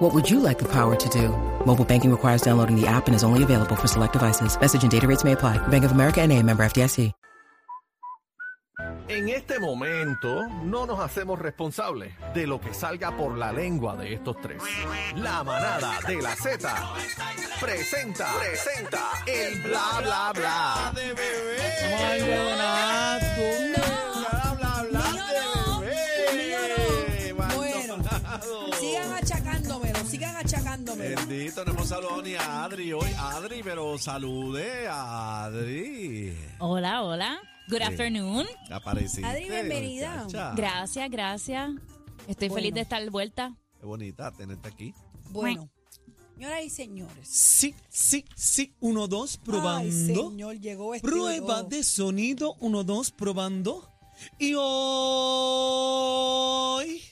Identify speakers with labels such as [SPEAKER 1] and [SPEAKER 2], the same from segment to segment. [SPEAKER 1] What would you like the power to do? Mobile banking requires downloading the app and is only available for select devices. Message and data rates may apply. Bank of America and a member FDIC.
[SPEAKER 2] En este momento no nos hacemos responsables de lo que salga por la lengua de estos tres. La manada de la Z presenta, presenta el bla bla bla.
[SPEAKER 3] Ay, Leonardo. Bla, bla, bla,
[SPEAKER 4] Mío no,
[SPEAKER 3] de bebé.
[SPEAKER 4] mío no. Bueno.
[SPEAKER 3] Abandonado.
[SPEAKER 4] Sigan achacándomelo, sigan
[SPEAKER 5] Eh.
[SPEAKER 4] achacándomelo.
[SPEAKER 3] Bendito, no hemos saludado ni a Adri hoy. Adri, pero salude a Adri.
[SPEAKER 6] Hola, hola. Good afternoon.
[SPEAKER 3] Apareciste.
[SPEAKER 4] Adri, bienvenida.
[SPEAKER 3] muchacha.
[SPEAKER 6] Gracias, gracias. Estoy
[SPEAKER 4] Bueno.
[SPEAKER 6] feliz de estar de vuelta.
[SPEAKER 3] Qué bonita tenerte aquí.
[SPEAKER 4] Bueno, señoras y señores.
[SPEAKER 5] Sí, sí, sí, 1, 2,
[SPEAKER 4] Ay,
[SPEAKER 5] probando.
[SPEAKER 4] señor, llegó este.
[SPEAKER 5] Prueba de sonido, 1, 2, probando. Y hoy...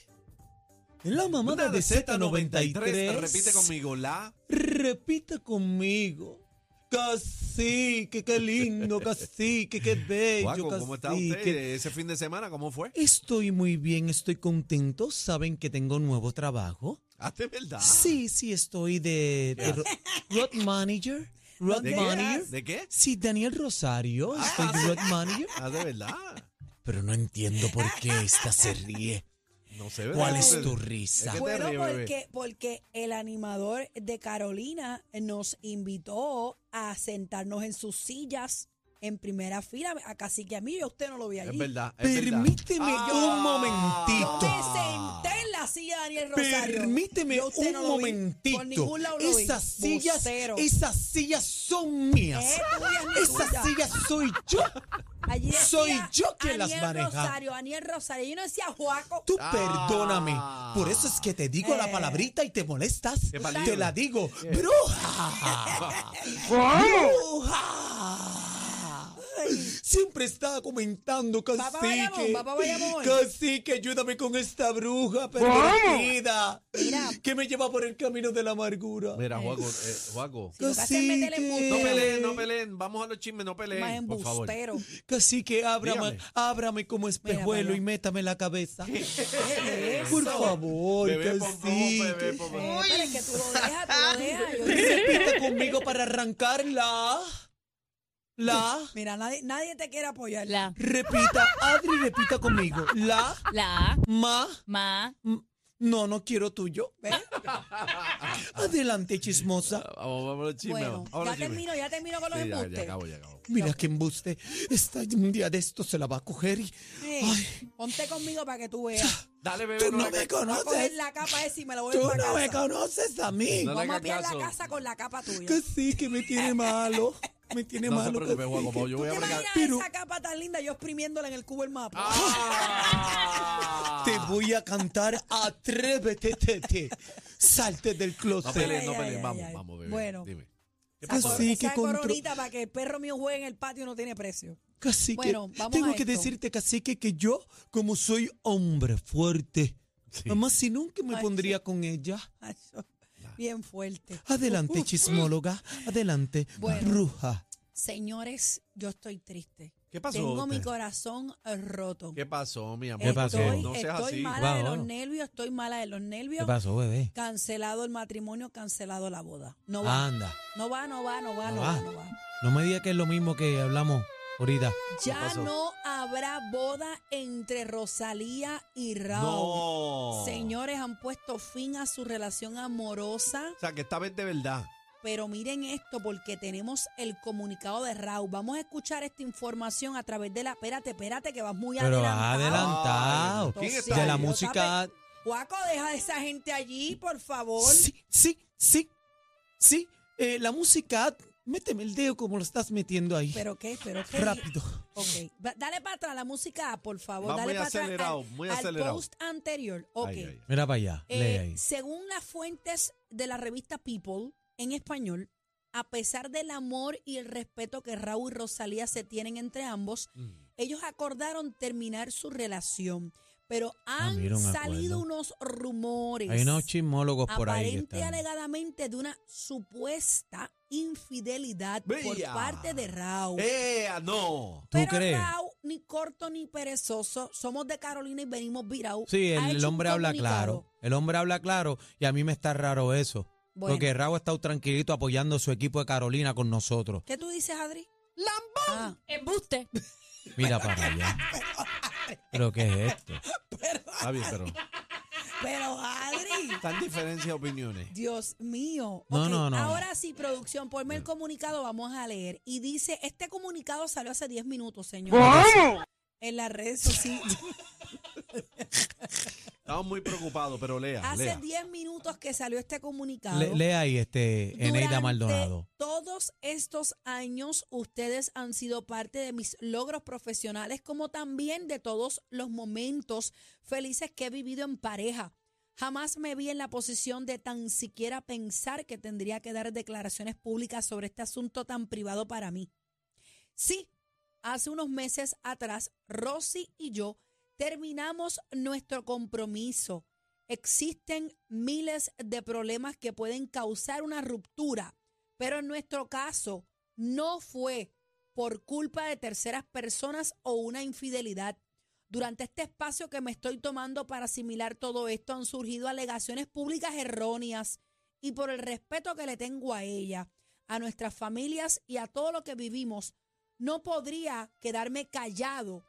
[SPEAKER 5] En la mamada
[SPEAKER 3] Una
[SPEAKER 5] de
[SPEAKER 3] Z93.
[SPEAKER 5] Z93.
[SPEAKER 3] Repite conmigo, la.
[SPEAKER 5] Repita conmigo. Cacique, qué lindo, cacique, qué bello,
[SPEAKER 3] Guaco, ¿cómo está
[SPEAKER 5] cacique.
[SPEAKER 3] usted ese fin de semana? ¿Cómo fue?
[SPEAKER 5] Estoy muy bien, estoy contento. ¿Saben que tengo nuevo trabajo?
[SPEAKER 3] Ah, de verdad.
[SPEAKER 5] Sí, sí, estoy de, de ro- road manager. Road
[SPEAKER 3] ¿De
[SPEAKER 5] manager.
[SPEAKER 3] qué? ¿De qué?
[SPEAKER 5] Sí, Daniel Rosario, estoy de road manager.
[SPEAKER 3] Ah, de verdad.
[SPEAKER 5] Pero no entiendo por qué esta se ríe.
[SPEAKER 3] No sé, ¿verdad?
[SPEAKER 5] ¿Cuál es
[SPEAKER 3] Entonces,
[SPEAKER 5] tu
[SPEAKER 3] es
[SPEAKER 5] risa?
[SPEAKER 3] que-
[SPEAKER 4] Bueno,
[SPEAKER 3] Terrible,
[SPEAKER 4] porque, porque el animador de Carolina nos invitó a sentarnos en sus sillas en primera fila. A Cacique a mí, yo a usted no lo vi allí.
[SPEAKER 3] Es verdad. es verdad. Ah.
[SPEAKER 5] Permíteme un
[SPEAKER 4] Ah, Yo me
[SPEAKER 5] momentito.
[SPEAKER 4] senté en la silla de Daniel Rosario.
[SPEAKER 5] Permíteme
[SPEAKER 4] Yo a usted
[SPEAKER 5] un
[SPEAKER 4] no lo vi. Por
[SPEAKER 5] momentito.
[SPEAKER 4] ningún lado lo vi.
[SPEAKER 5] Esas sillas,
[SPEAKER 4] Vocero.
[SPEAKER 5] esas sillas son mías.
[SPEAKER 4] Eh, tuyas, ni tuyas.
[SPEAKER 5] Esas sillas soy yo.
[SPEAKER 4] Allí decía
[SPEAKER 5] Soy yo quien las
[SPEAKER 4] Aniel
[SPEAKER 5] maneja.
[SPEAKER 4] Rosario, Aniel Rosario. Yo no decía Juaco.
[SPEAKER 5] Tú
[SPEAKER 3] Ah.
[SPEAKER 5] perdóname. Por eso es que te digo la
[SPEAKER 4] Eh.
[SPEAKER 5] palabrita y te molestas.
[SPEAKER 3] Qué
[SPEAKER 5] Te
[SPEAKER 3] valiente.
[SPEAKER 5] la digo. ¡Bruja! ¡Bruja! Siempre está comentando,
[SPEAKER 4] Va pa' Bayamón,
[SPEAKER 5] cacique.
[SPEAKER 4] va pa' Bayamón.
[SPEAKER 5] Cacique, ayúdame con esta bruja pervertida.
[SPEAKER 4] Mira.
[SPEAKER 5] Que me lleva por el camino de la amargura.
[SPEAKER 3] Mira, Juaco, eh, Juaco.
[SPEAKER 4] Si lo que hacen es meterle
[SPEAKER 5] Cacique.
[SPEAKER 3] No
[SPEAKER 4] embustero.
[SPEAKER 3] peleen, no peleen. Vamos a los chismes, no
[SPEAKER 4] Más
[SPEAKER 3] peleen. Este, Por favor.
[SPEAKER 4] embustero.
[SPEAKER 5] Cacique, ábrame,
[SPEAKER 3] Dígame.
[SPEAKER 5] ábrame como espejuelo
[SPEAKER 4] allá.
[SPEAKER 5] y métame la cabeza.
[SPEAKER 4] ¿Qué es
[SPEAKER 5] Por
[SPEAKER 4] eso?
[SPEAKER 5] favor,
[SPEAKER 3] Bebé, por favor, bebé,
[SPEAKER 5] cacique.
[SPEAKER 3] por favor.
[SPEAKER 4] Eh, pero es que tú lo dejas, tú lo dejas. Yo dije,
[SPEAKER 5] Repita conmigo para arrancar la. La.
[SPEAKER 4] mira, nadie, nadie te quiere apoyar.
[SPEAKER 6] La,
[SPEAKER 5] Repita, Adri, repita conmigo. La.
[SPEAKER 6] la,
[SPEAKER 5] Ma.
[SPEAKER 6] ma.
[SPEAKER 5] m- No, no quiero tuyo.
[SPEAKER 4] ¿Ves?
[SPEAKER 5] Adelante, chismosa.
[SPEAKER 3] Vamos, vamos a los chismes.
[SPEAKER 4] Bueno,
[SPEAKER 3] vamos a los
[SPEAKER 4] ya
[SPEAKER 3] chismes.
[SPEAKER 4] termino, ya termino con los
[SPEAKER 3] Sí, ya,
[SPEAKER 4] embustes.
[SPEAKER 3] ya acabo, ya acabo.
[SPEAKER 5] Mira qué embuste. Esta, un día de esto se la va a coger y.
[SPEAKER 4] Eh, ponte conmigo para que tú veas.
[SPEAKER 3] Dale, bebé.
[SPEAKER 5] Tú no
[SPEAKER 3] le
[SPEAKER 5] me
[SPEAKER 3] hagas-
[SPEAKER 4] Voy a coger
[SPEAKER 5] conoces.
[SPEAKER 4] la capa esa y me la voy a
[SPEAKER 5] Tú
[SPEAKER 4] ir para
[SPEAKER 5] no me
[SPEAKER 4] casa.
[SPEAKER 5] conoces a mí.
[SPEAKER 3] No le
[SPEAKER 4] Vamos a
[SPEAKER 3] hagas
[SPEAKER 4] pillar la
[SPEAKER 3] caso.
[SPEAKER 4] casa con la capa tuya.
[SPEAKER 5] Que sí, que me tiene malo. Me tiene
[SPEAKER 3] No se
[SPEAKER 5] malo.
[SPEAKER 3] preocupe, Juan,
[SPEAKER 5] cacique.
[SPEAKER 3] como yo voy a
[SPEAKER 4] ¿Te
[SPEAKER 3] bregar.
[SPEAKER 4] imaginas
[SPEAKER 5] Pero-
[SPEAKER 4] esa capa tan linda yo exprimiéndola en el cubo del mapa?
[SPEAKER 3] Ah.
[SPEAKER 5] Te voy a cantar Atrévete, Tete. Salte del
[SPEAKER 3] No
[SPEAKER 5] closet.
[SPEAKER 3] peleen, no
[SPEAKER 4] Ay, ay,
[SPEAKER 3] peleen.
[SPEAKER 4] ay,
[SPEAKER 3] Vamos,
[SPEAKER 4] ay.
[SPEAKER 3] vamos, bebé.
[SPEAKER 4] Bueno.
[SPEAKER 3] Dime. Ah, ¿Qué
[SPEAKER 4] Esa
[SPEAKER 3] pasó?
[SPEAKER 4] cor-
[SPEAKER 5] Así que
[SPEAKER 4] esa
[SPEAKER 5] contro-
[SPEAKER 4] coronita para que el perro mío juegue en el patio no tiene precio.
[SPEAKER 5] Cacique,
[SPEAKER 4] Bueno, vamos
[SPEAKER 5] tengo
[SPEAKER 4] a
[SPEAKER 5] que
[SPEAKER 4] esto.
[SPEAKER 5] decirte, cacique, que yo, como soy hombre fuerte, mamá, si nunca me
[SPEAKER 4] Ay,
[SPEAKER 5] pondría con ella.
[SPEAKER 4] Ay, yo- Bien fuerte.
[SPEAKER 3] Ah,
[SPEAKER 5] Adelante, chismóloga, adelante,
[SPEAKER 4] Bueno.
[SPEAKER 5] bruja.
[SPEAKER 4] Señores, yo estoy triste.
[SPEAKER 3] ¿Qué pasó?
[SPEAKER 4] Tengo mi
[SPEAKER 3] usted?
[SPEAKER 4] corazón roto.
[SPEAKER 3] ¿Qué pasó, mi amor?
[SPEAKER 5] ¿Qué pasó?
[SPEAKER 4] Estoy,
[SPEAKER 3] No seas
[SPEAKER 4] estoy
[SPEAKER 3] así.
[SPEAKER 4] mala de
[SPEAKER 5] Wow,
[SPEAKER 4] los
[SPEAKER 5] wow.
[SPEAKER 4] nervios, estoy mala de los nervios.
[SPEAKER 5] pasó, bebé?
[SPEAKER 4] Cancelado el matrimonio, cancelado la boda. No va,
[SPEAKER 5] Anda,
[SPEAKER 4] no va, no va, no va, no
[SPEAKER 5] Ah.
[SPEAKER 4] va, no va.
[SPEAKER 5] no me digas que es lo mismo que hablamos ahorita.
[SPEAKER 4] Ya
[SPEAKER 3] pasó?
[SPEAKER 4] no habrá boda entre Rosalía y Raúl.
[SPEAKER 3] No.
[SPEAKER 4] Señores, han puesto fin a su relación amorosa.
[SPEAKER 3] O sea, que esta vez de verdad.
[SPEAKER 4] Pero miren esto porque tenemos el comunicado de Raúl. Vamos a escuchar esta información a través de la... Espérate, espérate, que vas muy
[SPEAKER 5] Pero vas
[SPEAKER 4] adelantado.
[SPEAKER 5] adelantado.
[SPEAKER 3] Ay, ¿quién está
[SPEAKER 5] De la
[SPEAKER 3] ahí?
[SPEAKER 5] música.
[SPEAKER 4] Guaco, deja de esa gente allí, por favor.
[SPEAKER 5] Sí, sí, sí, sí. eh, la música, méteme el dedo como lo estás metiendo ahí.
[SPEAKER 4] Pero qué, pero qué.
[SPEAKER 5] Rápido.
[SPEAKER 4] Ok, va- dale para atrás la música, por favor.
[SPEAKER 3] Va
[SPEAKER 4] dale
[SPEAKER 3] muy
[SPEAKER 4] para atrás
[SPEAKER 3] acelerado,
[SPEAKER 4] al-
[SPEAKER 3] muy
[SPEAKER 4] al
[SPEAKER 3] acelerado.
[SPEAKER 4] post anterior. Ok.
[SPEAKER 3] Ay, ay, ay.
[SPEAKER 5] Mira para allá,
[SPEAKER 4] Eh,
[SPEAKER 5] lee ahí.
[SPEAKER 4] según las fuentes de la revista People en español, a pesar del amor y el respeto que Raúl y Rosalía se tienen entre ambos,
[SPEAKER 3] Mm.
[SPEAKER 4] ellos acordaron terminar su relación. Pero
[SPEAKER 5] Ah,
[SPEAKER 4] han
[SPEAKER 5] mira, un
[SPEAKER 4] salido
[SPEAKER 5] acuerdo.
[SPEAKER 4] unos rumores.
[SPEAKER 5] Hay unos chismólogos por ahí. que
[SPEAKER 4] aparente y
[SPEAKER 5] están-
[SPEAKER 4] alegadamente de una supuesta infidelidad por
[SPEAKER 3] Vía.
[SPEAKER 4] parte de Raúl.
[SPEAKER 3] ¡Eh, no!
[SPEAKER 5] ¿Tú
[SPEAKER 4] Pero
[SPEAKER 5] crees?
[SPEAKER 4] Raúl, ni corto ni perezoso, somos de Carolina y venimos virados.
[SPEAKER 5] Sí,
[SPEAKER 4] Ha
[SPEAKER 5] el,
[SPEAKER 4] hecho un
[SPEAKER 5] hombre habla
[SPEAKER 4] comunicado.
[SPEAKER 5] claro. El hombre habla claro y a mí me está raro eso.
[SPEAKER 4] Bueno,
[SPEAKER 5] Porque Raúl ha estado tranquilito apoyando a su equipo de Carolina con nosotros.
[SPEAKER 4] ¿qué tú dices, Adri? Ah,
[SPEAKER 6] Embuste.
[SPEAKER 5] Mira para allá. ¿Pero qué es esto?
[SPEAKER 3] Está bien, pero.
[SPEAKER 4] pero Adri,
[SPEAKER 3] Están diferencias de opiniones.
[SPEAKER 4] Dios mío.
[SPEAKER 5] No,
[SPEAKER 4] Ok,
[SPEAKER 5] no, Eh. no.
[SPEAKER 4] Ahora sí, producción, ponme el comunicado, vamos a leer. Y dice, este comunicado salió hace 10 minutos, señor. En las redes sociales.
[SPEAKER 3] Estamos muy preocupados, pero lea,
[SPEAKER 4] hace
[SPEAKER 3] lea.
[SPEAKER 4] 10 minutos que salió este comunicado.
[SPEAKER 5] Le- lee ahí, este, Eneida
[SPEAKER 4] Durante
[SPEAKER 5] Maldonado.
[SPEAKER 4] Todos estos años ustedes han sido parte de mis logros profesionales como también de todos los momentos felices que he vivido en pareja. Jamás me vi en la posición de tan siquiera pensar que tendría que dar declaraciones públicas sobre este asunto tan privado para mí. Sí, hace unos meses atrás, Rosy y yo terminamos nuestro compromiso. Existen miles de problemas que pueden causar una ruptura, pero en nuestro caso no fue por culpa de terceras personas o una infidelidad. Durante este espacio que me estoy tomando para asimilar todo esto han surgido alegaciones públicas erróneas y por el respeto que le tengo a ella, a nuestras familias y a todo lo que vivimos, no podría quedarme callado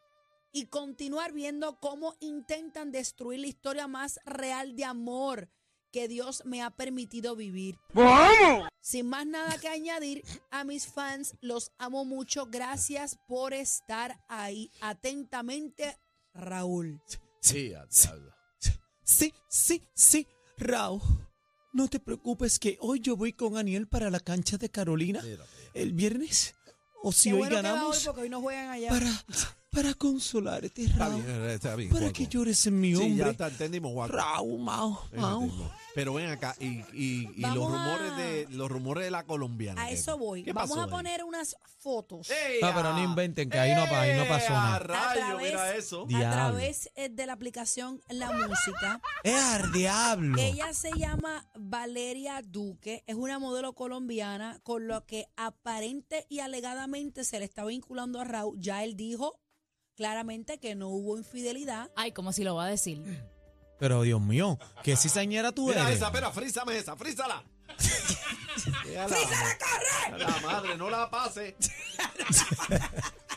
[SPEAKER 4] y continuar viendo cómo intentan destruir la historia más real de amor que Dios me ha permitido vivir. Sin más nada que añadir, a mis fans los amo mucho. Gracias por estar ahí. Atentamente, Raúl.
[SPEAKER 3] Sí, a diablo.
[SPEAKER 5] Sí, sí, sí, Raúl. No te preocupes que hoy yo voy con Aniel para la cancha de Carolina
[SPEAKER 3] Mira, mira.
[SPEAKER 5] el viernes. O si
[SPEAKER 4] Qué
[SPEAKER 5] hoy
[SPEAKER 4] bueno que va hoy
[SPEAKER 5] ganamos,
[SPEAKER 4] porque hoy no juegan allá.
[SPEAKER 5] para, para consolarte,
[SPEAKER 3] Está
[SPEAKER 5] Raúl.
[SPEAKER 3] bien, está bien.
[SPEAKER 5] Para
[SPEAKER 3] Juaco.
[SPEAKER 5] que llores en mi
[SPEAKER 3] Sí, ya
[SPEAKER 5] hombre.
[SPEAKER 3] está, entendimos, Juaco.
[SPEAKER 5] Raúl, Mao, Mao.
[SPEAKER 3] Entendimos. Pero ven acá, y, y, y los
[SPEAKER 4] Vamos
[SPEAKER 3] rumores
[SPEAKER 4] a-
[SPEAKER 3] de los rumores de la colombiana.
[SPEAKER 4] A
[SPEAKER 3] ¿qué-
[SPEAKER 4] eso voy.
[SPEAKER 3] qué
[SPEAKER 4] Vamos
[SPEAKER 3] pasó
[SPEAKER 4] a
[SPEAKER 3] ahí?
[SPEAKER 4] poner unas fotos.
[SPEAKER 3] ¡Ea!
[SPEAKER 5] Ah, pero no inventen, que ahí no pa- ahí no
[SPEAKER 3] ¡Ea,
[SPEAKER 5] pasó nada.
[SPEAKER 3] rayo,
[SPEAKER 4] A través-
[SPEAKER 3] mira eso.
[SPEAKER 5] Di- Diablo.
[SPEAKER 4] A través eh, de la aplicación La Música.
[SPEAKER 5] ¡Es al diablo!
[SPEAKER 4] Ella se llama Valeria Duque, es una modelo colombiana con lo que aparente y alegadamente se le está vinculando a Raúl. Ya él dijo claramente que no hubo infidelidad.
[SPEAKER 6] Ay, como si lo va a decir.
[SPEAKER 5] Pero Dios mío, que cizañera tú
[SPEAKER 3] Mira
[SPEAKER 5] eres.
[SPEAKER 3] esa, espera, frízame esa, frízala. ¡Frízala, corre! La madre, no la pase.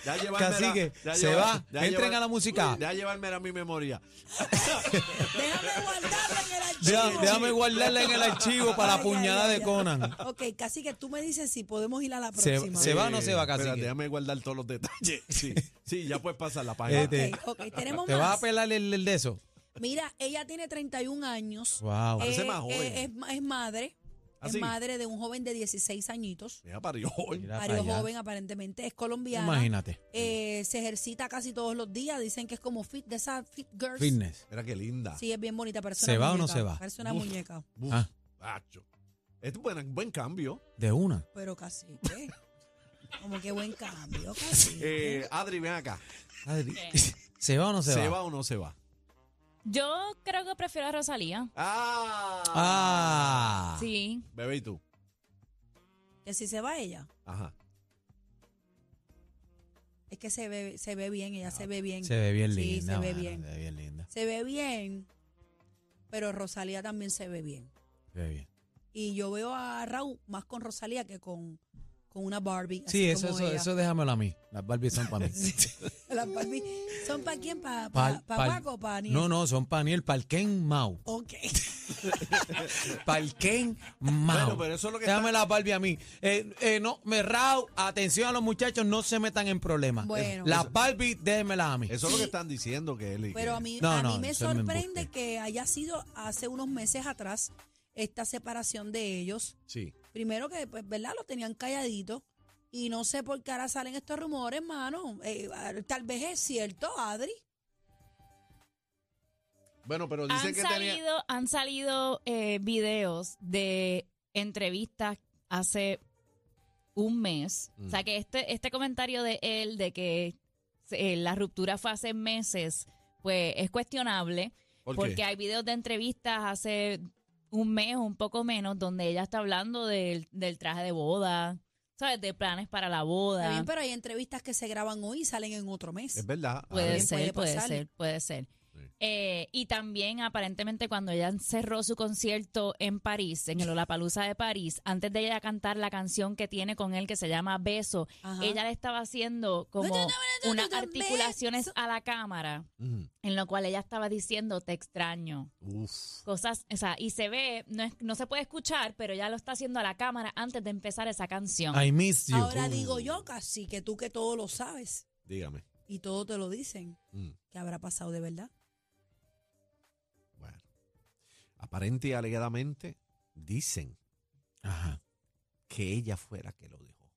[SPEAKER 3] ya llevármela-
[SPEAKER 5] Cacique, se va. Entren a la música.
[SPEAKER 3] Ya llevarme a mi memoria.
[SPEAKER 4] Déjame guardarla en el
[SPEAKER 5] Deja-
[SPEAKER 4] archivo.
[SPEAKER 5] déjame guardarla en el archivo para
[SPEAKER 4] Ay,
[SPEAKER 5] la
[SPEAKER 4] ay,
[SPEAKER 5] puñada
[SPEAKER 4] ay,
[SPEAKER 5] de
[SPEAKER 4] ay.
[SPEAKER 5] Conan.
[SPEAKER 4] Ok, casi que tú me dices si podemos ir a la
[SPEAKER 5] Se-
[SPEAKER 4] próxima.
[SPEAKER 5] se va o no se va,
[SPEAKER 3] Espera,
[SPEAKER 5] cacique?
[SPEAKER 3] déjame guardar todos los detalles. Sí, sí ya puedes pasar la página.
[SPEAKER 5] Este,
[SPEAKER 4] Ok, ok, tenemos
[SPEAKER 5] ¿Te vas a
[SPEAKER 4] más.
[SPEAKER 5] pelar el, el de eso?
[SPEAKER 4] Mira, ella tiene 31 años.
[SPEAKER 5] ¡Wow!
[SPEAKER 4] Eh,
[SPEAKER 3] Parece más joven.
[SPEAKER 4] es, es madre.
[SPEAKER 3] ¿Ah,
[SPEAKER 4] es
[SPEAKER 3] sí?
[SPEAKER 4] madre de un joven de 16 añitos.
[SPEAKER 3] Mira, parió hoy.
[SPEAKER 5] Mira para
[SPEAKER 4] Mario
[SPEAKER 5] allá.
[SPEAKER 4] joven, aparentemente. Es colombiana.
[SPEAKER 5] Imagínate.
[SPEAKER 4] Eh, se ejercita casi todos los días. Dicen que es como fit de esas fit girls.
[SPEAKER 5] Fitness.
[SPEAKER 3] Mira qué linda.
[SPEAKER 4] Sí, es bien bonita. Parece
[SPEAKER 5] ¿Se
[SPEAKER 4] una
[SPEAKER 5] va o no
[SPEAKER 4] muñeca,
[SPEAKER 5] se va?
[SPEAKER 4] Parece una
[SPEAKER 3] Uf.
[SPEAKER 4] muñeca.
[SPEAKER 3] Uf,
[SPEAKER 5] Ah.
[SPEAKER 3] macho. Es un buen, buen cambio.
[SPEAKER 5] De una.
[SPEAKER 4] Pero casi. ¿qué? Como que buen cambio, casi.
[SPEAKER 3] Eh, Adri, ven acá.
[SPEAKER 5] Adri,
[SPEAKER 6] Eh.
[SPEAKER 5] ¿Se va o no se,
[SPEAKER 3] ¿Se,
[SPEAKER 5] va?
[SPEAKER 3] va? o no se va?
[SPEAKER 6] Yo creo que prefiero a Rosalía.
[SPEAKER 3] ¡Ah!
[SPEAKER 5] ¡Ah!
[SPEAKER 6] Sí.
[SPEAKER 3] Bebé, ¿y tú?
[SPEAKER 4] Que si se va ella.
[SPEAKER 3] Ajá.
[SPEAKER 4] Es que se ve, se ve bien, ella se ve bien.
[SPEAKER 5] Ah, Se ve bien
[SPEAKER 4] Sí,
[SPEAKER 5] linda.
[SPEAKER 4] se ve
[SPEAKER 5] mano,
[SPEAKER 4] bien.
[SPEAKER 5] Se ve bien linda.
[SPEAKER 4] Se ve bien, pero Rosalía también se ve bien.
[SPEAKER 5] Se ve bien.
[SPEAKER 4] Y yo veo a Raúl más con Rosalía que con, con una Barbie. así
[SPEAKER 5] Sí, eso,
[SPEAKER 4] como
[SPEAKER 5] eso,
[SPEAKER 4] ella.
[SPEAKER 5] eso déjamelo a mí. Las Barbies son para mí.
[SPEAKER 4] Las Barbie, ¿Son para quién? ¿Para
[SPEAKER 5] Pal-
[SPEAKER 4] pa, pa
[SPEAKER 5] pal-
[SPEAKER 4] Paco o para Aniel?
[SPEAKER 5] No, no, son para Niel, para el Ken Mau.
[SPEAKER 4] Ok.
[SPEAKER 5] Para el Ken Mau.
[SPEAKER 3] Bueno, pero eso es lo que
[SPEAKER 5] Déjame
[SPEAKER 3] está-
[SPEAKER 5] la Barbie a mí. Eh, eh, no, me rao. Atención a los muchachos, no se metan en problemas.
[SPEAKER 4] Bueno.
[SPEAKER 5] Las Barbie, déjenmelas a mí.
[SPEAKER 3] Eso es lo que están diciendo que él y
[SPEAKER 4] Pero
[SPEAKER 3] que-
[SPEAKER 4] a mí,
[SPEAKER 5] No,
[SPEAKER 4] a mí
[SPEAKER 5] no,
[SPEAKER 4] me
[SPEAKER 5] eso es un
[SPEAKER 4] sorprende
[SPEAKER 5] embuste.
[SPEAKER 4] que haya sido hace unos meses atrás esta separación de ellos.
[SPEAKER 3] Sí.
[SPEAKER 4] Primero que, pues, ¿verdad? Los tenían calladitos. Y no sé por qué ahora salen estos rumores, hermano. Eh, tal vez es cierto, Adri.
[SPEAKER 3] Bueno, pero dicen
[SPEAKER 6] Han
[SPEAKER 3] que tenía.
[SPEAKER 6] salido, han salido eh, videos de entrevistas hace un mes. O sea que este, este comentario de él de que eh, la ruptura fue hace meses, pues es cuestionable.
[SPEAKER 3] ¿Por qué?
[SPEAKER 6] porque hay videos de entrevistas hace un mes o un poco menos donde ella está hablando del, del traje de boda, ¿sabes? De planes para la
[SPEAKER 4] Está
[SPEAKER 6] boda.
[SPEAKER 4] bien, pero hay entrevistas que se graban hoy y salen en otro mes.
[SPEAKER 3] Es verdad.
[SPEAKER 6] Puede
[SPEAKER 3] Adri.
[SPEAKER 4] También puede
[SPEAKER 6] ser, puede
[SPEAKER 4] pasar.
[SPEAKER 6] ser, puede ser.
[SPEAKER 3] Sí.
[SPEAKER 6] Eh, y también aparentemente cuando ella cerró su concierto en París, en el Olapalooza de París, antes de ella cantar la canción que tiene con él que se llama Beso,
[SPEAKER 4] Ajá.
[SPEAKER 6] ella le estaba haciendo como unas articulaciones a la cámara,
[SPEAKER 3] Ujú.
[SPEAKER 6] en lo cual ella estaba diciendo te extraño,
[SPEAKER 3] Uf.
[SPEAKER 6] cosas, o sea, y se ve, no, es- no se puede escuchar, pero ya lo está haciendo a la cámara antes de empezar esa canción.
[SPEAKER 5] I miss you.
[SPEAKER 4] Ahora digo yo casi que tú que todo lo sabes
[SPEAKER 3] Dígame.
[SPEAKER 4] y todo te lo dicen.
[SPEAKER 3] Mm.
[SPEAKER 4] ¿Qué habrá pasado de verdad?
[SPEAKER 3] Bueno. Aparente y alegadamente dicen
[SPEAKER 5] Ajá,
[SPEAKER 3] que ella fue la que lo dejó.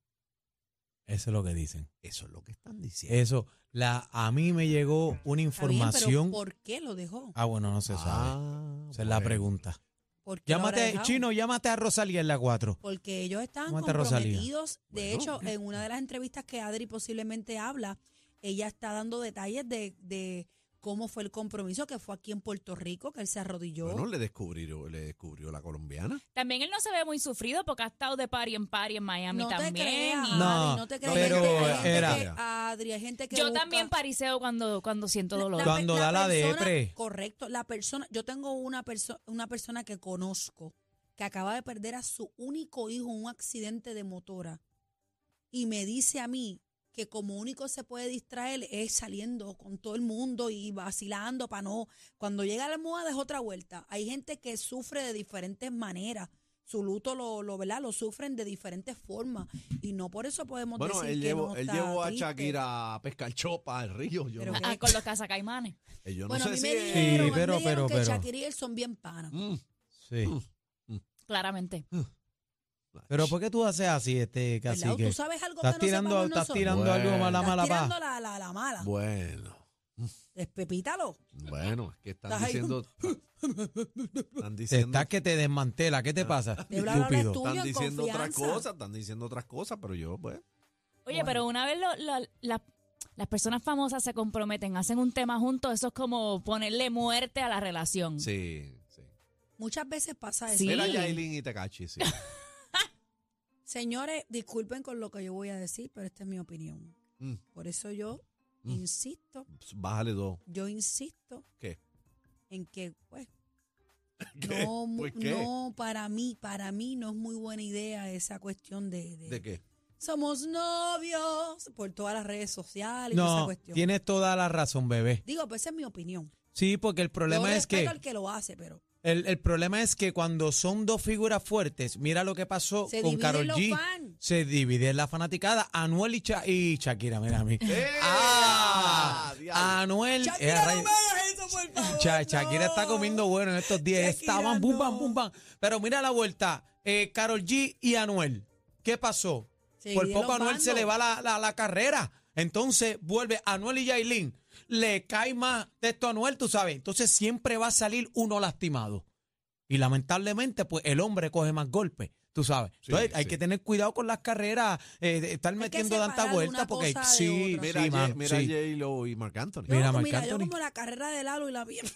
[SPEAKER 5] eso es lo que dicen.
[SPEAKER 3] Eso es lo que están diciendo.
[SPEAKER 5] Eso, la, a mí me llegó una
[SPEAKER 4] Está bien,
[SPEAKER 5] información.
[SPEAKER 4] pero ¿por qué lo dejó?
[SPEAKER 5] Ah, bueno, no se sabe.
[SPEAKER 3] Ah,
[SPEAKER 5] Esa es la
[SPEAKER 3] bueno.
[SPEAKER 5] pregunta.
[SPEAKER 4] ¿Por qué lo habrá
[SPEAKER 5] Llámate,
[SPEAKER 4] dejado?
[SPEAKER 5] Chino, llámate a Rosalía en la 4.
[SPEAKER 4] Porque ellos estaban
[SPEAKER 5] ¿Cómo está Rosalía? eh.
[SPEAKER 4] comprometidos. De
[SPEAKER 3] Bueno.
[SPEAKER 4] hecho, en una de las entrevistas que Adri posiblemente habla, ella está dando detalles de, de cómo fue el compromiso que fue aquí en Puerto Rico, que él se arrodilló.
[SPEAKER 3] Bueno, le descubrió, le descubrió la colombiana.
[SPEAKER 6] También él no se ve muy sufrido porque ha estado de party en party en Miami
[SPEAKER 4] no
[SPEAKER 6] también.
[SPEAKER 4] te creas,
[SPEAKER 6] y-
[SPEAKER 4] Adri,
[SPEAKER 5] No,
[SPEAKER 4] no te
[SPEAKER 5] no,
[SPEAKER 4] creas.
[SPEAKER 3] pero
[SPEAKER 4] Hay gente que-
[SPEAKER 3] era-
[SPEAKER 4] Adri, hay gente que
[SPEAKER 6] Yo
[SPEAKER 4] busca-
[SPEAKER 6] también pariseo cuando, cuando siento dolor.
[SPEAKER 4] pe-
[SPEAKER 5] Cuando da la
[SPEAKER 4] persona-
[SPEAKER 5] depre.
[SPEAKER 4] Correcto. La persona, yo tengo una, persona una persona que conozco que acaba de perder a su único hijo en un accidente de motora y me dice a mí que como único se puede distraer es saliendo con todo el mundo y vacilando para no. Cuando llega la moda es otra vuelta. Hay gente que sufre de diferentes maneras. Su luto lo, lo, ¿verdad? lo sufren de diferentes formas. Y no por eso podemos
[SPEAKER 3] Bueno,
[SPEAKER 4] decir
[SPEAKER 3] él
[SPEAKER 4] que
[SPEAKER 3] llevó,
[SPEAKER 4] no
[SPEAKER 3] él
[SPEAKER 4] está
[SPEAKER 3] llevó a
[SPEAKER 4] triste.
[SPEAKER 3] Shakira a pescar chopa al río. Yo
[SPEAKER 4] Pero
[SPEAKER 3] no,
[SPEAKER 4] qué-
[SPEAKER 6] Ah, con los cazacaimanes.
[SPEAKER 3] eh, yo no
[SPEAKER 4] Bueno, a
[SPEAKER 3] sé
[SPEAKER 4] mí
[SPEAKER 3] si
[SPEAKER 4] me
[SPEAKER 3] es-
[SPEAKER 4] dijeron, a mí
[SPEAKER 5] pero,
[SPEAKER 4] me dijeron
[SPEAKER 5] pero,
[SPEAKER 4] que
[SPEAKER 5] pero.
[SPEAKER 4] Shakira y él son bien panas.
[SPEAKER 3] Mm.
[SPEAKER 5] Sí.
[SPEAKER 6] Claramente.
[SPEAKER 5] Pero ¿por qué tú haces así, este
[SPEAKER 4] ¿Verdad? ¿O
[SPEAKER 5] cacique?
[SPEAKER 4] ¿Tú sabes algo
[SPEAKER 5] Estás
[SPEAKER 4] que no
[SPEAKER 5] tirando,
[SPEAKER 4] sepamos
[SPEAKER 5] estás
[SPEAKER 4] nosotros?
[SPEAKER 5] tirando
[SPEAKER 3] Bueno.
[SPEAKER 5] algo mala,
[SPEAKER 4] Estás
[SPEAKER 5] mala,
[SPEAKER 4] tirando
[SPEAKER 5] pa.
[SPEAKER 4] la, la, la mala.
[SPEAKER 3] Bueno.
[SPEAKER 4] Despepítalo.
[SPEAKER 3] Bueno, es que están
[SPEAKER 4] Estás ahí
[SPEAKER 3] diciendo. Están
[SPEAKER 5] Te
[SPEAKER 3] diciendo,
[SPEAKER 5] estás que te desmantela. ¿Qué te pasa?
[SPEAKER 4] De bla, bla, bla,
[SPEAKER 5] Estúpido.
[SPEAKER 4] tú.
[SPEAKER 3] están
[SPEAKER 4] tuyo en
[SPEAKER 3] diciendo otras
[SPEAKER 4] confianza.
[SPEAKER 3] cosas, están diciendo otras cosas, pero yo, pues.
[SPEAKER 6] Oye, pero una vez lo- lo- la- las personas famosas se comprometen, hacen un tema juntos, eso es como ponerle muerte a la
[SPEAKER 4] Mm.
[SPEAKER 6] relación.
[SPEAKER 3] Sí, sí.
[SPEAKER 4] Muchas veces pasa eso.
[SPEAKER 6] Sí.
[SPEAKER 3] Era Yailin y Tekachi, sí.
[SPEAKER 4] Señores, disculpen con lo que yo voy a decir, pero esta es mi opinión.
[SPEAKER 3] Mm.
[SPEAKER 4] Por eso yo
[SPEAKER 3] Mm.
[SPEAKER 4] insisto,
[SPEAKER 3] Bájale dos.
[SPEAKER 4] yo insisto
[SPEAKER 3] ¿Qué?
[SPEAKER 4] en que, pues,
[SPEAKER 3] ¿Qué?
[SPEAKER 4] no, mu-
[SPEAKER 3] ¿Por qué?
[SPEAKER 4] no, para mí, para mí no es muy buena idea esa cuestión de, de-
[SPEAKER 3] ¿De qué?
[SPEAKER 4] somos novios por todas las redes sociales y toda esa
[SPEAKER 5] No,
[SPEAKER 4] cuestión.
[SPEAKER 5] tienes toda la razón, bebé.
[SPEAKER 4] Digo, pues esa es mi opinión.
[SPEAKER 5] Sí, porque el
[SPEAKER 4] Yo
[SPEAKER 5] problema es
[SPEAKER 4] respeto
[SPEAKER 5] que
[SPEAKER 4] al que lo hace, pero
[SPEAKER 5] el, el problema es que cuando son dos figuras fuertes, mira lo que pasó
[SPEAKER 4] se
[SPEAKER 5] con
[SPEAKER 4] dividen
[SPEAKER 5] Carol
[SPEAKER 4] los
[SPEAKER 5] G.
[SPEAKER 4] fans.
[SPEAKER 5] Se divide la fanaticada. Anuel y, Sha- y Shakira, mira a mí. ¡Ah!
[SPEAKER 3] ¡Eh! diablo.
[SPEAKER 5] Anuel. eh,
[SPEAKER 4] Shakira,
[SPEAKER 5] ray-
[SPEAKER 4] no me hagas eso, por favor,
[SPEAKER 5] Cha- Shakira
[SPEAKER 4] no.
[SPEAKER 5] está comiendo bueno en estos días.
[SPEAKER 4] Shakira,
[SPEAKER 5] Estaban bum,
[SPEAKER 4] no.
[SPEAKER 5] bam, bum, bam. Pero mira la vuelta. Eh, Carol G y Anuel. ¿Qué pasó?
[SPEAKER 4] Se
[SPEAKER 5] Por
[SPEAKER 4] dividen
[SPEAKER 5] poco a
[SPEAKER 4] los
[SPEAKER 5] Anuel se
[SPEAKER 4] bandos.
[SPEAKER 5] le va la, la- la carrera. Entonces vuelve Anuel y Yailin. Le cae más de esto a Anuel, tú sabes. Entonces siempre va a salir uno lastimado. Y lamentablemente, pues el hombre coge más golpes, tú sabes.
[SPEAKER 3] Sí,
[SPEAKER 5] Entonces hay
[SPEAKER 3] sí.
[SPEAKER 5] que tener cuidado con las carreras, eh, de estar
[SPEAKER 4] que
[SPEAKER 5] metiendo tanta
[SPEAKER 4] separar
[SPEAKER 5] vuelta
[SPEAKER 4] una
[SPEAKER 5] porque
[SPEAKER 4] cosa de
[SPEAKER 5] sí,
[SPEAKER 4] otra.
[SPEAKER 3] Mira,
[SPEAKER 5] sí,
[SPEAKER 3] Ye-
[SPEAKER 5] mano,
[SPEAKER 3] mira
[SPEAKER 5] sí.
[SPEAKER 3] J-Lo y Marc Anthony.
[SPEAKER 5] Mira,
[SPEAKER 4] Yo,
[SPEAKER 5] Marc
[SPEAKER 4] mira, yo
[SPEAKER 5] Anthony.
[SPEAKER 4] como la carrera de Lalo y la mierda.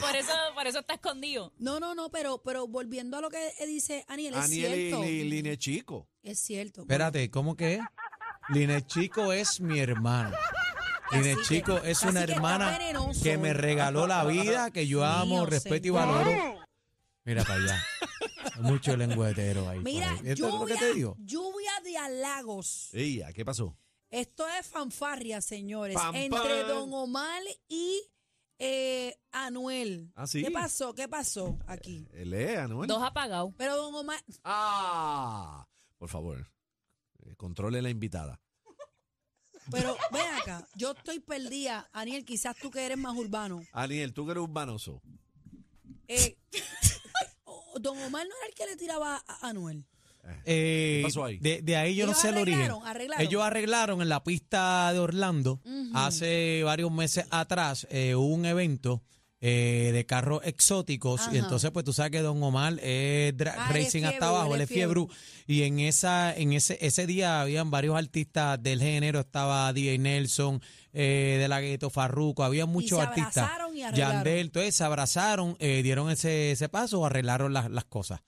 [SPEAKER 6] Por eso, por eso está escondido.
[SPEAKER 4] No, no, no, pero, pero volviendo a lo que dice Aniel, es
[SPEAKER 3] Aniel y
[SPEAKER 4] cierto.
[SPEAKER 3] Li- Line Chico.
[SPEAKER 4] es cierto.
[SPEAKER 5] Espérate, ¿cómo que es? Line Chico es mi hermano. Line
[SPEAKER 4] Cacique,
[SPEAKER 5] Chico es una
[SPEAKER 4] cacique está
[SPEAKER 5] hermana
[SPEAKER 4] venenoso.
[SPEAKER 5] que me regaló la vida, que yo amo,
[SPEAKER 4] Mío,
[SPEAKER 5] respeto y
[SPEAKER 4] señor.
[SPEAKER 5] valoro. Mira para allá. Hay Mucho lengüetero ahí. por
[SPEAKER 4] Mira,
[SPEAKER 5] ahí. ¿Esto es lo que
[SPEAKER 4] lluvia,
[SPEAKER 5] te digo?
[SPEAKER 4] lluvia de halagos.
[SPEAKER 3] Ella, ¿qué pasó?
[SPEAKER 4] Esto es fanfarria, señores.
[SPEAKER 3] Pam,
[SPEAKER 4] entre
[SPEAKER 3] pam.
[SPEAKER 4] Don Omar y eh, Anuel.
[SPEAKER 3] Ah, sí.
[SPEAKER 4] ¿Qué pasó? ¿Qué pasó aquí?
[SPEAKER 3] Elea, ¿no?
[SPEAKER 6] Dos apagados.
[SPEAKER 4] Pero Don Omar,
[SPEAKER 3] Ah, por favor. eh, Controle la invitada.
[SPEAKER 4] pero ven acá, yo estoy perdida. Aniel, quizás tú que eres más urbano.
[SPEAKER 3] Aniel, tú que eres urbanoso.
[SPEAKER 4] Eh, oh, Don Omar no era el que le tiraba a Anuel.
[SPEAKER 5] Eh,
[SPEAKER 3] ¿Qué pasó ahí?
[SPEAKER 5] De, de ahí yo no
[SPEAKER 4] Ellos
[SPEAKER 5] sé el origen.
[SPEAKER 4] arreglaron, arreglaron.
[SPEAKER 5] Ellos arreglaron en la pista de Orlando hace varios meses atrás eh, hubo un evento eh, de carros exóticos.
[SPEAKER 4] Ajá.
[SPEAKER 5] Y entonces, pues tú sabes que Don Omar es dra-
[SPEAKER 4] Ah, él es
[SPEAKER 5] racing
[SPEAKER 4] fiebre,
[SPEAKER 5] hasta abajo,
[SPEAKER 4] él
[SPEAKER 5] él
[SPEAKER 4] es
[SPEAKER 5] es fiebre. Y en esa, en ese, ese día habían varios artistas del género, estaba DJ Nelson, eh, de la Gueto Farruco, había muchos
[SPEAKER 4] se
[SPEAKER 5] artistas.
[SPEAKER 4] abrazaron y arreglaron.
[SPEAKER 5] Yandel, entonces se abrazaron, eh, dieron ese, ese paso, arreglaron las, las cosas.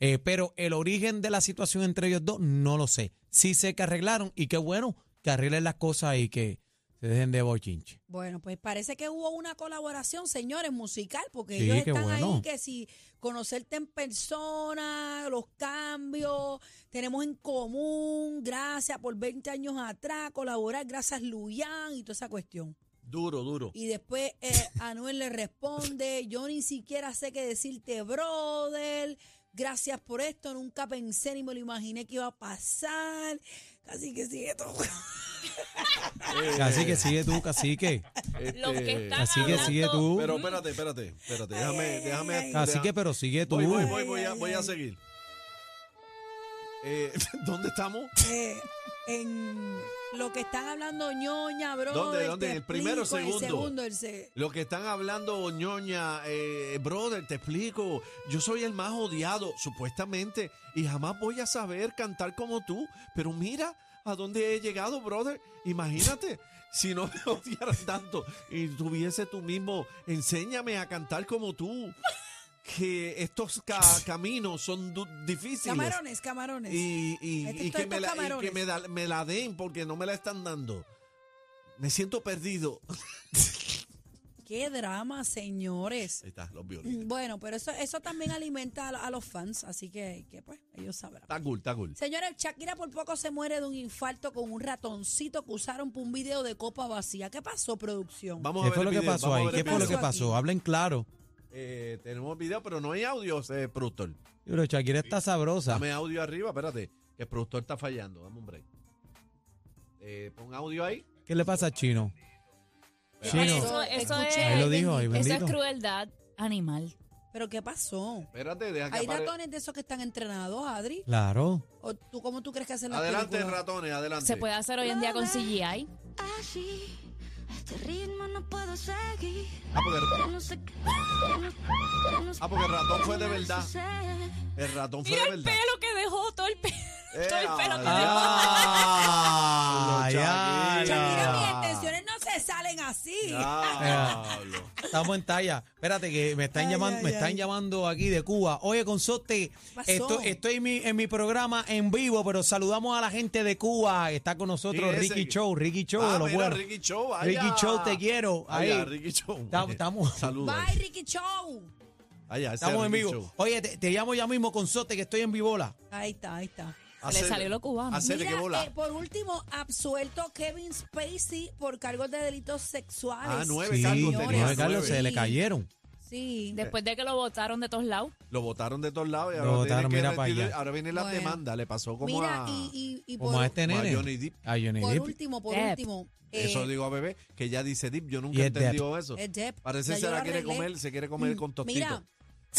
[SPEAKER 5] Eh, pero el origen de la situación entre ellos dos, no lo sé. Sí sé que arreglaron y qué bueno que arreglen las cosas y que se dejen de bochinche.
[SPEAKER 4] Bueno, pues parece que hubo una colaboración, señores, musical, porque
[SPEAKER 5] Sí,
[SPEAKER 4] ellos
[SPEAKER 5] qué
[SPEAKER 4] están ahí
[SPEAKER 5] bueno.
[SPEAKER 4] que si conocerte en persona, los cambios, tenemos en común, gracias por 20 años atrás, colaborar, gracias Luyan y toda esa cuestión.
[SPEAKER 3] Duro, duro.
[SPEAKER 4] Y después eh, Anuel le responde, yo ni siquiera sé qué decirte, brother. Gracias por esto, nunca pensé ni me lo imaginé que iba a pasar. Así que sigue todo.
[SPEAKER 3] Eh.
[SPEAKER 5] Cacique, sigue tú, cacique.
[SPEAKER 6] Los que
[SPEAKER 3] Este,
[SPEAKER 6] están
[SPEAKER 5] Así que sigue
[SPEAKER 6] hablando-
[SPEAKER 5] tú.
[SPEAKER 3] Pero espérate, espérate, espérate. Déjame, déjame.
[SPEAKER 5] Cacique, pero sigue tú.
[SPEAKER 3] Voy, voy, voy, voy a, voy a seguir. Eh, ¿Dónde estamos?
[SPEAKER 4] Eh, en lo que están hablando ñoña, brother.
[SPEAKER 3] ¿Dónde, dónde?
[SPEAKER 4] te
[SPEAKER 3] ¿El primero o
[SPEAKER 4] explico,
[SPEAKER 3] segundo?
[SPEAKER 4] El segundo, el se-
[SPEAKER 3] Lo que están hablando, ñoña, eh, brother, te explico. Yo soy el más odiado, supuestamente, y jamás voy a saber cantar como tú. Pero mira a dónde he llegado, brother. Imagínate, si no me odiaras tanto y tuviese tú mismo, enséñame a cantar como tú. Que estos ca- caminos son du- difíciles.
[SPEAKER 4] Camarones, camarones.
[SPEAKER 3] Y, y-
[SPEAKER 4] Este-
[SPEAKER 3] y
[SPEAKER 4] estos-
[SPEAKER 3] que, me
[SPEAKER 4] estos
[SPEAKER 3] la, y que
[SPEAKER 4] camarones.
[SPEAKER 3] me da- me la den porque no me la están dando. Me siento perdido.
[SPEAKER 4] Qué drama, señores.
[SPEAKER 3] Ahí está, los violines.
[SPEAKER 4] Bueno, pero eso, eso también alimenta a, lo- a los fans, así que, que pues ellos sabrán.
[SPEAKER 3] Está cool, está cool.
[SPEAKER 4] Señores, Shakira por poco se muere de un infarto con un ratoncito que usaron para un video de copa vacía. ¿Qué pasó, producción?
[SPEAKER 3] Vamos
[SPEAKER 5] ¿Qué
[SPEAKER 3] a ver
[SPEAKER 5] fue lo
[SPEAKER 3] el
[SPEAKER 5] que
[SPEAKER 3] video,
[SPEAKER 5] pasó
[SPEAKER 3] vamos a
[SPEAKER 5] ahí?
[SPEAKER 3] ver
[SPEAKER 5] ¿Qué
[SPEAKER 3] el
[SPEAKER 5] fue lo que
[SPEAKER 3] video.
[SPEAKER 5] pasó? Hablen claro.
[SPEAKER 3] Eh, tenemos video, pero no hay audio, eh, productor.
[SPEAKER 5] Pero Shakira está sabrosa.
[SPEAKER 3] Dame audio arriba, espérate. que El productor está fallando. Dame un break. Eh, pon audio ahí.
[SPEAKER 5] ¿Qué le pasa a Chino?
[SPEAKER 6] Ay,
[SPEAKER 5] Chino.
[SPEAKER 6] Eso, eso es,
[SPEAKER 4] Escuché.
[SPEAKER 5] Ahí lo dijo, ahí
[SPEAKER 6] eso es
[SPEAKER 5] bendito.
[SPEAKER 6] crueldad animal.
[SPEAKER 4] ¿Pero qué pasó?
[SPEAKER 3] Espérate, deja que
[SPEAKER 4] ¿Hay
[SPEAKER 3] apare-
[SPEAKER 4] ratones de esos que están entrenados, Adri?
[SPEAKER 5] Claro.
[SPEAKER 4] ¿O tú cómo tú crees que hacen las
[SPEAKER 3] Adelante,
[SPEAKER 4] películas?
[SPEAKER 3] ratones, adelante.
[SPEAKER 6] Se puede hacer hoy en día con CGI.
[SPEAKER 7] Así, a este ritmo no puedo seguir.
[SPEAKER 3] Ah, porque,
[SPEAKER 7] Ya no sé qué. ya no- ya no sé
[SPEAKER 3] ah, porque el ratón fue
[SPEAKER 7] qué
[SPEAKER 3] de verdad.
[SPEAKER 7] hacer.
[SPEAKER 3] El ratón fue
[SPEAKER 6] Mira
[SPEAKER 3] de
[SPEAKER 6] el
[SPEAKER 3] verdad. Eh,
[SPEAKER 6] pelo que dejó, todo el pelo. todo el pelo que
[SPEAKER 3] ay,
[SPEAKER 6] dejó.
[SPEAKER 5] Ah,
[SPEAKER 3] Shakira.
[SPEAKER 4] Shakira,
[SPEAKER 3] Ah.
[SPEAKER 4] mis
[SPEAKER 5] ya, ya.
[SPEAKER 4] intenciones no se salen así.
[SPEAKER 3] Diablo.
[SPEAKER 5] Estamos en talla. Espérate que me están
[SPEAKER 4] Ay,
[SPEAKER 5] llamando,
[SPEAKER 4] ay,
[SPEAKER 5] me están
[SPEAKER 4] ay.
[SPEAKER 5] llamando aquí de Cuba. Oye, consorte,
[SPEAKER 4] Pasó.
[SPEAKER 5] esto- estoy en mi, en mi programa en vivo, pero saludamos a la gente de Cuba. Está con nosotros
[SPEAKER 3] Sí, ese-
[SPEAKER 5] Ricky Show, Ricky Show
[SPEAKER 3] Ah,
[SPEAKER 5] de los
[SPEAKER 3] mira,
[SPEAKER 5] buenos.
[SPEAKER 3] Ricky Show, vaya.
[SPEAKER 5] Ricky Show, te quiero. Ahí.
[SPEAKER 3] Allá, Ricky Show.
[SPEAKER 5] Estamos- estamos-
[SPEAKER 3] Saludos.
[SPEAKER 4] Bye, Ricky Show.
[SPEAKER 3] Allá, ese
[SPEAKER 5] Estamos en
[SPEAKER 3] Ricky
[SPEAKER 5] vivo.
[SPEAKER 3] Show.
[SPEAKER 5] Oye, te, te llamo ya mismo con Sote, que estoy en Vivola.
[SPEAKER 4] Ahí está, ahí está.
[SPEAKER 6] Se le salió lo cubano.
[SPEAKER 3] Hacerle
[SPEAKER 4] Mira,
[SPEAKER 3] que bola.
[SPEAKER 4] eh, por último, absuelto Kevin Spacey por cargos de delitos sexuales.
[SPEAKER 3] Ah, nueve Sí, cargos
[SPEAKER 4] señores.
[SPEAKER 3] tenía, nueve
[SPEAKER 5] Carlos, se le
[SPEAKER 4] Sí,
[SPEAKER 5] cayeron.
[SPEAKER 4] Sí.
[SPEAKER 6] Después de que lo botaron de todos lados.
[SPEAKER 3] Lo votaron de todos lados y
[SPEAKER 5] Lo
[SPEAKER 3] ahora, tiene
[SPEAKER 5] botaron,
[SPEAKER 3] que
[SPEAKER 5] mira pa'
[SPEAKER 3] restituir-
[SPEAKER 5] allá.
[SPEAKER 3] ahora viene la
[SPEAKER 4] Bueno.
[SPEAKER 3] demanda. Le pasó como
[SPEAKER 4] Mira,
[SPEAKER 3] a.
[SPEAKER 4] y, y, y
[SPEAKER 5] Como
[SPEAKER 4] por,
[SPEAKER 5] a este
[SPEAKER 3] como a
[SPEAKER 5] nene.
[SPEAKER 3] Johnny Depp.
[SPEAKER 5] A Johnny
[SPEAKER 4] por
[SPEAKER 5] Depp.
[SPEAKER 4] último, por
[SPEAKER 6] Depp.
[SPEAKER 4] último. eh,
[SPEAKER 3] Eso digo a bebé, que ya dice Deep. Yo nunca
[SPEAKER 5] Y
[SPEAKER 3] he
[SPEAKER 5] es Depp.
[SPEAKER 3] entendido eso.
[SPEAKER 4] es Depp.
[SPEAKER 3] Parece
[SPEAKER 4] Eh, Ya
[SPEAKER 3] que
[SPEAKER 4] yo
[SPEAKER 3] se la
[SPEAKER 4] lo
[SPEAKER 3] quiere
[SPEAKER 4] arreglé. Mm,
[SPEAKER 3] comer, se quiere comer con tostito.
[SPEAKER 4] Mira,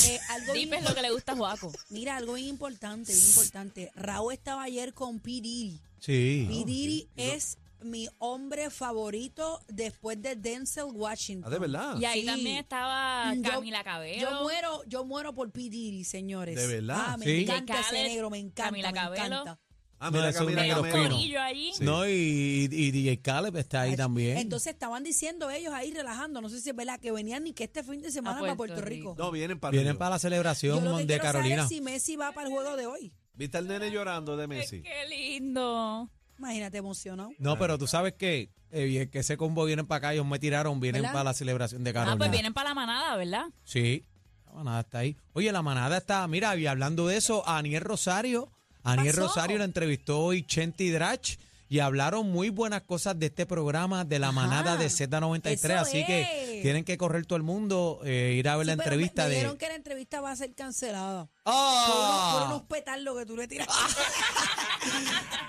[SPEAKER 4] eh, algo
[SPEAKER 6] Dip
[SPEAKER 4] bien
[SPEAKER 6] es lo que le gusta a Juaco.
[SPEAKER 4] Mira, algo bien importante, bien importante. Raúl estaba ayer con P. Diddy.
[SPEAKER 3] Ah,
[SPEAKER 4] P.
[SPEAKER 5] Sí.
[SPEAKER 4] Diddy es mi hombre favorito después de Denzel Washington.
[SPEAKER 3] Ah, de verdad.
[SPEAKER 6] Y ahí
[SPEAKER 4] Sí. Mm,
[SPEAKER 6] también estaba
[SPEAKER 4] Yo-
[SPEAKER 6] Ah, Camila Cabello.
[SPEAKER 4] Yo muero, yo muero por P. Diddy, señores.
[SPEAKER 3] De verdad.
[SPEAKER 4] Ah, me
[SPEAKER 5] Sí.
[SPEAKER 4] encanta ese
[SPEAKER 6] Cales,
[SPEAKER 4] negro, me encanta,
[SPEAKER 6] Camila
[SPEAKER 4] me
[SPEAKER 6] Cabello.
[SPEAKER 4] encanta.
[SPEAKER 3] Ah,
[SPEAKER 5] No,
[SPEAKER 3] mira,
[SPEAKER 5] eso es un
[SPEAKER 3] Camila
[SPEAKER 5] negro
[SPEAKER 3] Camelo.
[SPEAKER 5] fino.
[SPEAKER 6] Corillo allí.
[SPEAKER 5] No, y, y- y DJ Caleb está ahí también.
[SPEAKER 4] Entonces estaban diciendo ellos ahí relajando, no sé si es verdad que venían ni que este fin de semana
[SPEAKER 6] A
[SPEAKER 4] para
[SPEAKER 6] Puerto
[SPEAKER 4] Puerto Rico.
[SPEAKER 3] No, vienen para.
[SPEAKER 5] Vienen
[SPEAKER 3] arriba.
[SPEAKER 5] para la
[SPEAKER 4] Yo lo
[SPEAKER 5] celebración
[SPEAKER 4] que
[SPEAKER 5] de
[SPEAKER 4] quiero saber
[SPEAKER 5] Carolina.
[SPEAKER 4] es si Messi va para el juego de hoy.
[SPEAKER 3] ¿Viste al nene llorando de
[SPEAKER 6] Ay,
[SPEAKER 3] Messi?
[SPEAKER 6] Qué lindo. Ah,
[SPEAKER 4] Imagínate emocionado.
[SPEAKER 5] No, pero tú sabes que, eh, bien, que ese combo vienen para acá, ellos me tiraron, vienen
[SPEAKER 4] ¿Verdad?
[SPEAKER 5] para la celebración de Carolina.
[SPEAKER 6] Ah, pues vienen para la manada, ¿verdad?
[SPEAKER 5] Sí, la manada está ahí. Oye, la manada está, mira, y hablando de eso, Aniel Rosario, Aniel
[SPEAKER 4] pasó?
[SPEAKER 5] Rosario la entrevistó hoy Chenti Drach y hablaron muy buenas cosas de este programa de la manada de Z93,
[SPEAKER 4] eso
[SPEAKER 5] así que
[SPEAKER 4] es.
[SPEAKER 5] tienen que correr todo el mundo, eh, ir a ver
[SPEAKER 4] Sí, pero
[SPEAKER 5] la
[SPEAKER 4] me-
[SPEAKER 5] entrevista
[SPEAKER 4] me,
[SPEAKER 5] de...
[SPEAKER 4] dijeron que la entrevista va a ser cancelada.
[SPEAKER 5] ¡Ah!
[SPEAKER 4] Por unos, por unos petardos que tú le tiras.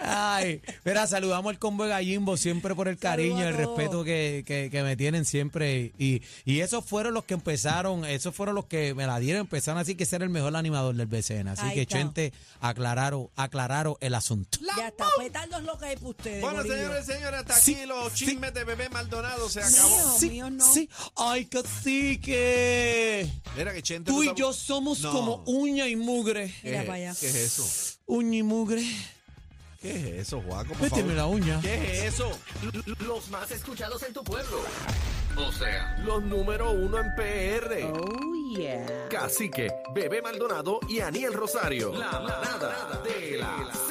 [SPEAKER 5] Ay, mira, saludamos al combo de Gallimbo siempre por el cariño,
[SPEAKER 4] Saludos a
[SPEAKER 5] el
[SPEAKER 4] todos.
[SPEAKER 5] respeto que, que- que me tienen siempre. Y, y esos fueron los que empezaron, esos fueron los que me la dieron, empezaron así que ser el mejor animador del BCN. Así
[SPEAKER 4] Ahí
[SPEAKER 5] que,
[SPEAKER 4] está.
[SPEAKER 5] Chente, aclararon, aclararon el asunto.
[SPEAKER 4] Ya está, petardos es lo que hay para ustedes.
[SPEAKER 3] Bueno,
[SPEAKER 4] corillo.
[SPEAKER 3] señores y señores, hasta
[SPEAKER 5] Sí,
[SPEAKER 3] aquí los
[SPEAKER 5] sí.
[SPEAKER 3] chismes de bebé Maldonado se
[SPEAKER 4] Mío.
[SPEAKER 3] acabó.
[SPEAKER 4] mío no.
[SPEAKER 5] sí. Ay, cacique.
[SPEAKER 3] Mira que Chente
[SPEAKER 5] Tú
[SPEAKER 3] no
[SPEAKER 5] y
[SPEAKER 3] sabe-
[SPEAKER 5] yo somos
[SPEAKER 3] No. Eh.
[SPEAKER 5] como uña y mugre.
[SPEAKER 3] ¿Qué
[SPEAKER 4] Mira
[SPEAKER 3] es-
[SPEAKER 4] para allá.
[SPEAKER 3] ¿Qué es eso?
[SPEAKER 5] Uña y mugre.
[SPEAKER 3] ¿Qué es eso, Juaco? por favor?
[SPEAKER 5] Méteme la uña.
[SPEAKER 3] ¿Qué es eso?
[SPEAKER 2] Los más escuchados en tu pueblo. O sea, los número uno en PR. Oh, yeah. Cacique, Bebé Maldonado y Aniel Rosario. La manada de la Z.